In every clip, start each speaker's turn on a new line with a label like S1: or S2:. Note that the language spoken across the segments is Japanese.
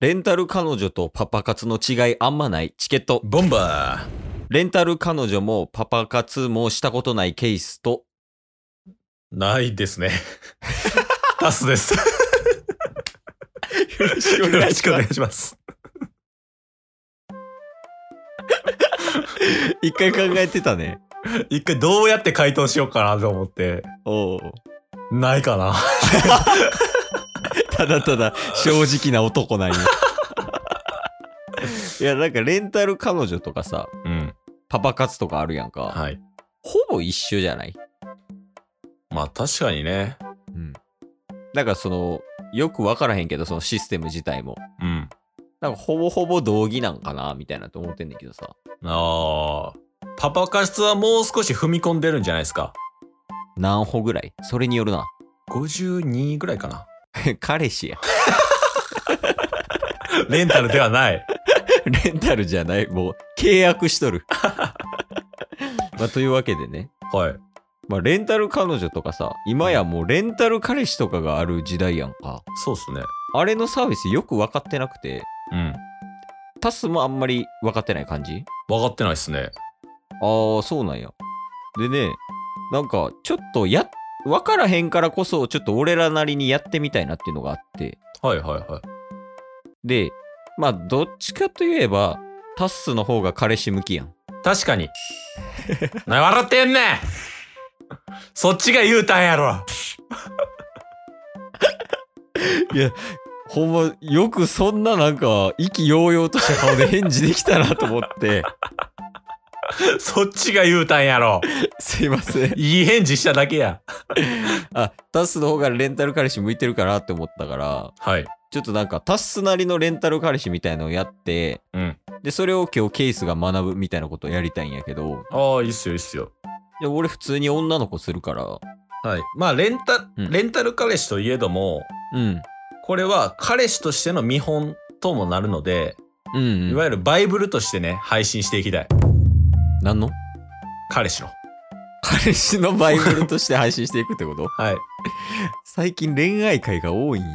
S1: レンタル彼女とパパ活の違いあんまないチケット。
S2: ボンバー
S1: レンタル彼女もパパ活もしたことないケースと、
S2: ないです ね。タスです。
S1: よろし
S2: よろしくお願いします。
S1: 一回考えてたね。
S2: 一回どうやって回答しようかなと思って、
S1: おう
S2: ないかな。
S1: ただただ正直な男 なんや。いや、なんかレンタル彼女とかさ、
S2: うん。
S1: パパ活とかあるやんか。
S2: はい。
S1: ほぼ一緒じゃない
S2: まあ確かにね。
S1: うん。なんかその、よくわからへんけど、そのシステム自体も。
S2: うん。
S1: なんかほぼほぼ同義なんかなみたいなと思ってんねんけどさ。
S2: ああ。パパ活はもう少し踏み込んでるんじゃないですか。
S1: 何歩ぐらいそれによるな。
S2: 52ぐらいかな。
S1: 彼氏や。
S2: レンタルでは ない。
S1: レンタルじゃない。もう契約しとる。まあ、というわけでね。
S2: はい。
S1: まあ、レンタル彼女とかさ、今やもうレンタル彼氏とかがある時代やんか。
S2: そうっすね。
S1: あれのサービスよく分かってなくて、
S2: うん。
S1: タスもあんまり分かってない感じ
S2: 分かってないっすね。
S1: ああ、そうなんや。でね、なんか、ちょっとや、わからへんからこそ、ちょっと俺らなりにやってみたいなっていうのがあって。
S2: はいはいはい。
S1: で、まあ、どっちかといえば、タッスの方が彼氏向きやん。
S2: 確 かに。なに笑ってんねんそっちが言うたんやろ
S1: ほんま、よくそんななんか、意気揚々とした顔で返事できたなと思 って、
S2: そっちが言うたんやろ
S1: すいません。
S2: いい返事しただけや。
S1: あ、タッスの方がレンタル彼氏向いてるかなって思ったから、
S2: はい。
S1: ちょっとなんか、タッスなりのレンタル彼氏みたいのをやって、
S2: うん。
S1: で、それを今日ケースが学ぶみたいなことをやりたいんやけど、
S2: ああ、いいっすよ、いいっすよ。
S1: で俺普通に女の子するから、
S2: はい。まあ、レンタ、
S1: うん
S2: レンタル彼氏といえども、
S1: うん。
S2: これは彼氏としての見本ともなるので、
S1: うん、
S2: いわゆるバイブルとしてね、配信していきたい。
S1: 何の
S2: 彼氏の。
S1: 彼氏のバイブルとして配信していくってこと
S2: はい。
S1: 最近恋愛会が多いん よ。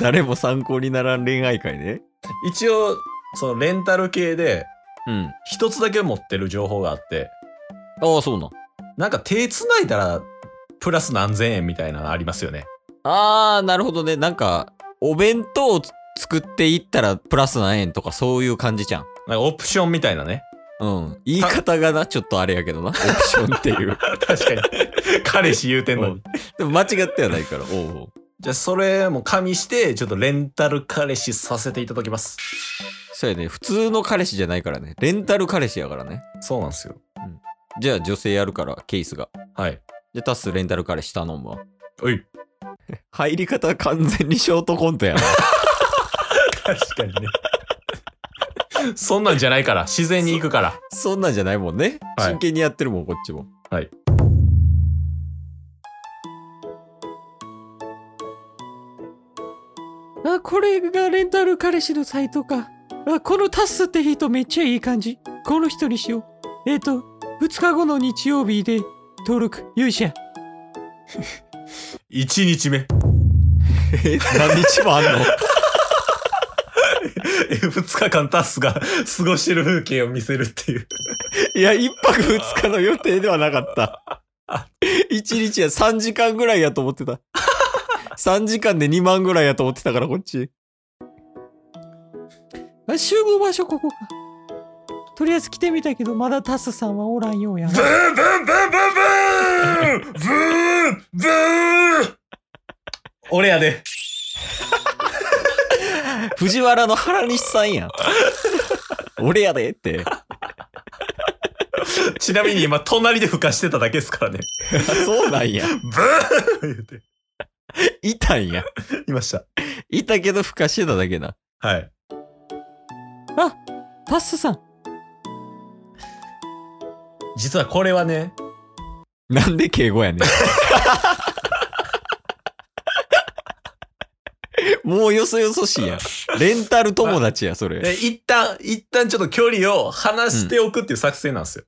S1: 誰も参考にならん恋愛会ね。
S2: 一応、そのレンタル系で、
S1: うん。
S2: 一つだけ持ってる情報があって、
S1: ああ、そうなん。
S2: なんか手繋いだら、プラス何千円みたいなのありますよね。
S1: ああ、なるほどね。なんか、お弁当を作っていったらプラス何円とかそういう感じじゃん。
S2: なんかオプションみたい なね。
S1: うん。言い方がな、ちょっとあれやけどな。オプションっていう。
S2: 確かに。彼氏言うてんの
S1: うん
S2: に。
S1: でも間違ってはないから。おうおう
S2: じゃあ、それも加味して、ちょっとレンタル彼氏させていただきます。
S1: そうやね。普通の彼氏じゃないからね。レンタル彼氏やからね。
S2: そうなんですよ。
S1: じゃあ女性やるから、ケースが。
S2: はい。
S1: で、タスレンタル彼氏頼むわ。
S2: おい。
S1: 入り方完全にショートコントやな。
S2: 確かにね。そんなんじゃないから。自然に行くから。
S1: そんなんじゃないもんね。
S2: はい
S1: 真剣にやってるもん、こっちも。
S2: はい。
S1: あ、これがレンタル彼氏のサイトか。あ、このタスって人めっちゃいい感じ。この人にしよう。えっ、と、2日後の日曜日で登録、よいしょ。
S2: 1日目。
S1: え、何日もあんの
S2: 2日間タスが過ごしてる風景を見せるっていう。
S1: いや、1泊2日の予定ではなかった。1日や3時間ぐらいやと思ってた。3時間で2万ぐらいやと思ってたから、こっち。あ集合場所ここか。とりあえず来てみたけど、まだタスさんはおらんようや
S2: ブーブーブーブーブーブーブー俺やで。
S1: 藤原の原西さんやん。 俺やでって。
S2: ちなみに今、隣で孵化してただけですからね。
S1: そうなんや。
S2: ブー言って。
S1: いたんや。
S2: いました。
S1: いたけど、ふかしてただけな。
S2: はい。
S1: あ、タスさん。
S2: 実はこれはね、
S1: なんで敬語やね ん。もうよそよそしいやん。レンタル友達や、それ。
S2: え一旦、一旦ちょっと距離を離しておくっていう作戦なんですよ。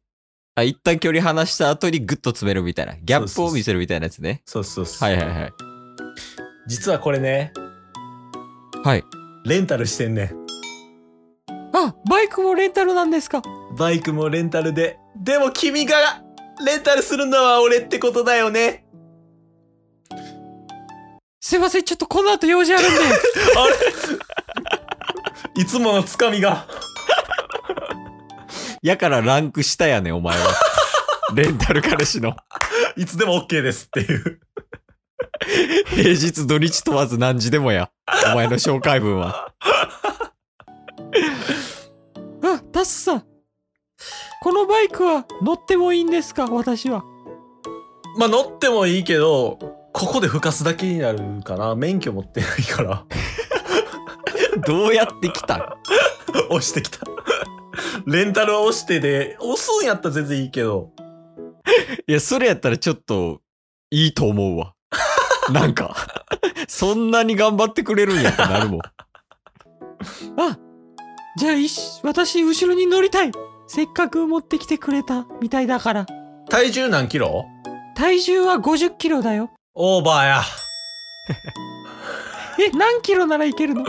S1: あ、一旦距離離した後にグッと詰めるみたいな。ギャップを見せるみたいなやつね。
S2: そうそうそう。
S1: はいはいはい。
S2: 実はこれね、
S1: はい。
S2: レンタルしてんねん。
S1: あ、バイクもレンタルなんですか
S2: バイクもレンタルで。でも君がレンタルするのは俺ってことだよね。
S1: すいません、ちょっとこの後用事あるんで。
S2: あれいつものつかみが。
S3: やからランク下やねん、お 前は。レンタル彼氏の。
S2: いつでも OK ですっていう。
S3: 平日土日問わず何時でもや。お前の紹介文 は。
S1: あ、タスさん。このバイクは乗ってもいいんですか私は。
S2: まあ乗ってもいいけど、ここで吹かすだけになるかな。免許持ってないから。
S3: どうやって来たん
S2: 押してきた。レンタルは押してで、押すんやったら全然いいけど。
S3: いや、それやったらちょっと、いいと思うわ。 なんか、そんなに頑張ってくれるんやってなるもん。
S1: あ、じゃあいし、私後ろに乗りたい。せっかく持ってきてくれたみたいだから。
S2: 体重何キロ
S1: 体重は50キロだよ。
S2: オーバーや。
S1: え、何キロならいけるの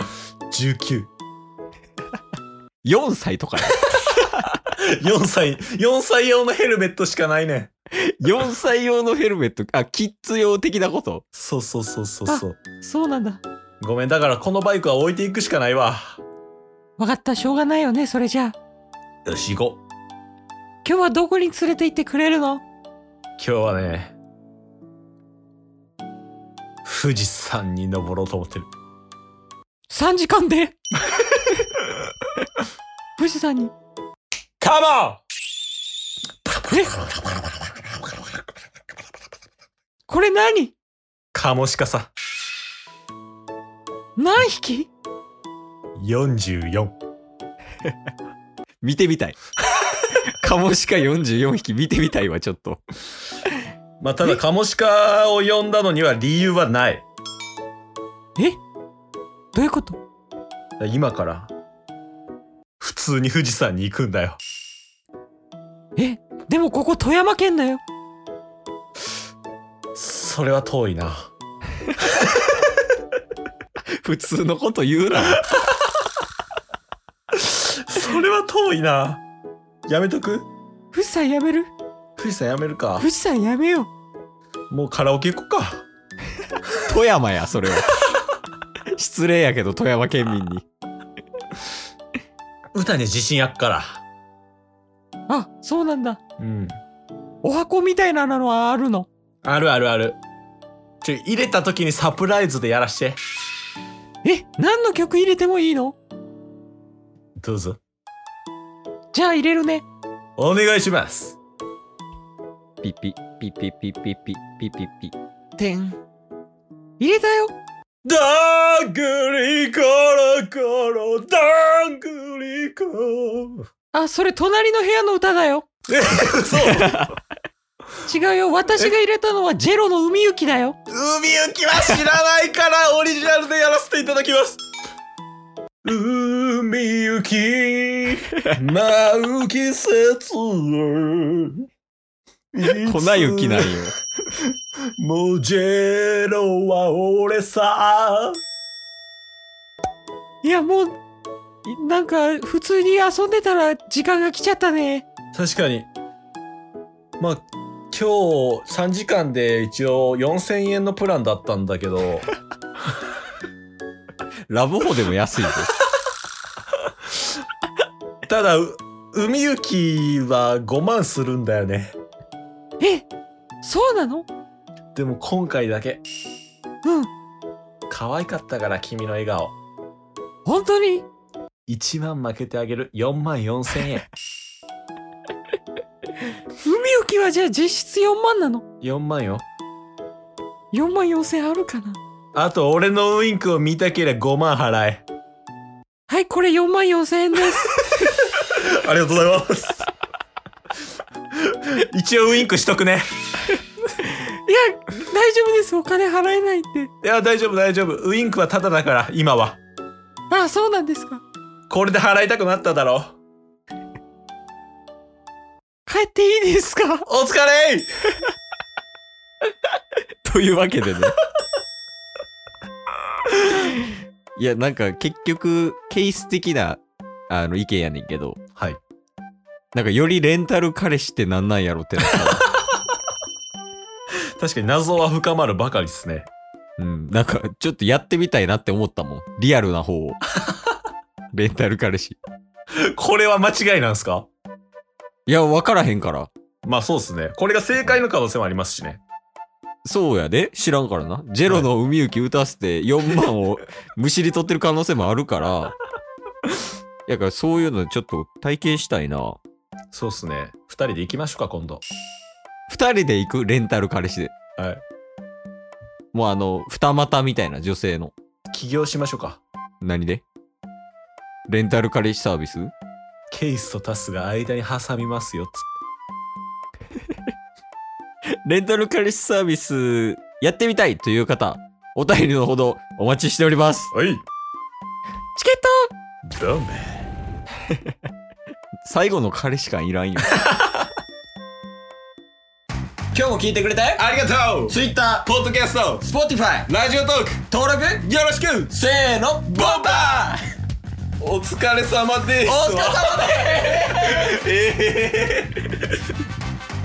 S2: 19。
S3: 4歳と かや。
S2: 4歳、4歳用のヘルメットしかないねん。
S3: 4歳用のヘルメット、あ、キッズ用的なこと。
S2: そうそうそうそうそう。
S1: そうなんだ。
S2: ごめん、だからこのバイクは置いていくしかないわ。
S1: わかった、しょうがないよね、それじゃあ。
S2: よし、行こう。
S1: 今日はどこに連れて行ってくれるの
S2: 今日はね、富士山に登ろうと思ってる。
S1: ?3 時間で富士山に。
S2: カモ
S1: えこれ何
S2: カモシカさ、
S1: 何匹
S2: 44。
S3: 見てみたい。カモシカ44匹見てみたいわ、ちょっと。
S2: まあ、ただカモシカを呼んだのには理由はない。
S1: えどういうこと
S2: 今から、普通に富士山に行くんだよ。
S1: えでもここ富山県だよ。
S2: それは遠いな。
S3: 普通のこと言うな。
S2: それは遠いな。やめとく
S1: 富士山やめる
S2: 富士山やめるか
S1: 富。士山やめよう。
S2: もうカラオケ行こうか。
S3: 富山や、それは。失礼やけど、富山県民に。
S2: 歌に自信あっから。
S1: あ、そうなんだ。
S2: うん。
S1: お箱みたいなのはあるの
S2: あるあるある。ちょ、入れた時にサプライズでやらして。
S1: え何の曲入れてもいいの
S2: どうぞ。
S1: じゃあ入れるね。
S2: お願いします。
S3: ピピ、ピピピピピピピピ。
S1: てん。入れたよ。
S2: どんぐりころころ、どんぐりころ。
S1: あ、それ隣の部屋の歌だよ。
S2: え、嘘
S1: 違うよ。私が入れたのはジェロの海行きだよ。
S2: 海行きは知らないか らオリジナルでやらせていただきます海行き舞う季節
S3: 粉雪なんよ。
S2: もうジェロは俺さ
S1: いや、もう、いなんか、普通に遊んでたら時間が来ちゃったね。
S2: 確かにまあ今日3時間で一応4000円のプランだったんだ けど
S3: ラブホでも安いぞ。
S2: ただう海行きは5万するんだよね
S1: えそうなの
S2: でも今回だけ
S1: うん。
S2: 可愛かったから君の笑顔
S1: 本当に
S2: 1万負けてあげる4万4千 円
S1: 海行きはじゃあ実質4万なの
S2: 4万よ
S1: ?4 万4千あるかな
S2: あと俺のウインクを見たけりゃ5万払え
S1: はい、これ4万4千円 です。
S2: ありがとうございます 一応ウインクしとくね
S1: いや、大丈夫です。お金払えないって。
S2: いや大丈夫大丈夫ウインクはタダだから今は
S1: あ、そうなんですか。
S2: これで払いたくなっただろ
S1: 帰っていいですか
S2: お疲 れ
S3: というわけでね。
S1: いや、なんか結局、ケース的な、あの、意見やねんけど、
S2: はい。
S1: なんかよりレンタル彼氏ってなんなんやろってなったわ
S2: 確かに謎は深まるばかりですね。
S1: うん。なんか、ちょっとやってみたいなって思ったもん。リアルな方を。レンタル彼氏。
S2: これは間違いなんですか
S1: いや、わからへんから。
S2: まあそうですね。これが正解の可能性もありますしね。
S1: そうやで知らんからな。ジェロの海行き歌わせて4万をむしり取ってる可能性もあるから。やからそういうのちょっと体験したいな。
S2: そうですね。二人で行きましょうか、今度。
S1: 2人で行くレンタル彼氏で。
S2: はい。
S1: もうあの、二股みたいな女性の。
S2: 起業しましょうか。
S1: 何でレンタル彼氏サービス
S2: ケイスとタスが間に挟みますよ、つっ
S1: レンタル彼氏サービスやってみたいという方、お便りのほどお待ちしております。
S2: て。はい。
S1: チケット
S2: ダメ。
S1: 最後の彼氏感いらんよ。
S2: 今日も聞いてくれてありがとう Twitter、ポッドキャスト、Spotify、ラジオトーク、登録よろしくせーの、ボンバーお疲れ様ですお疲れ様ですえー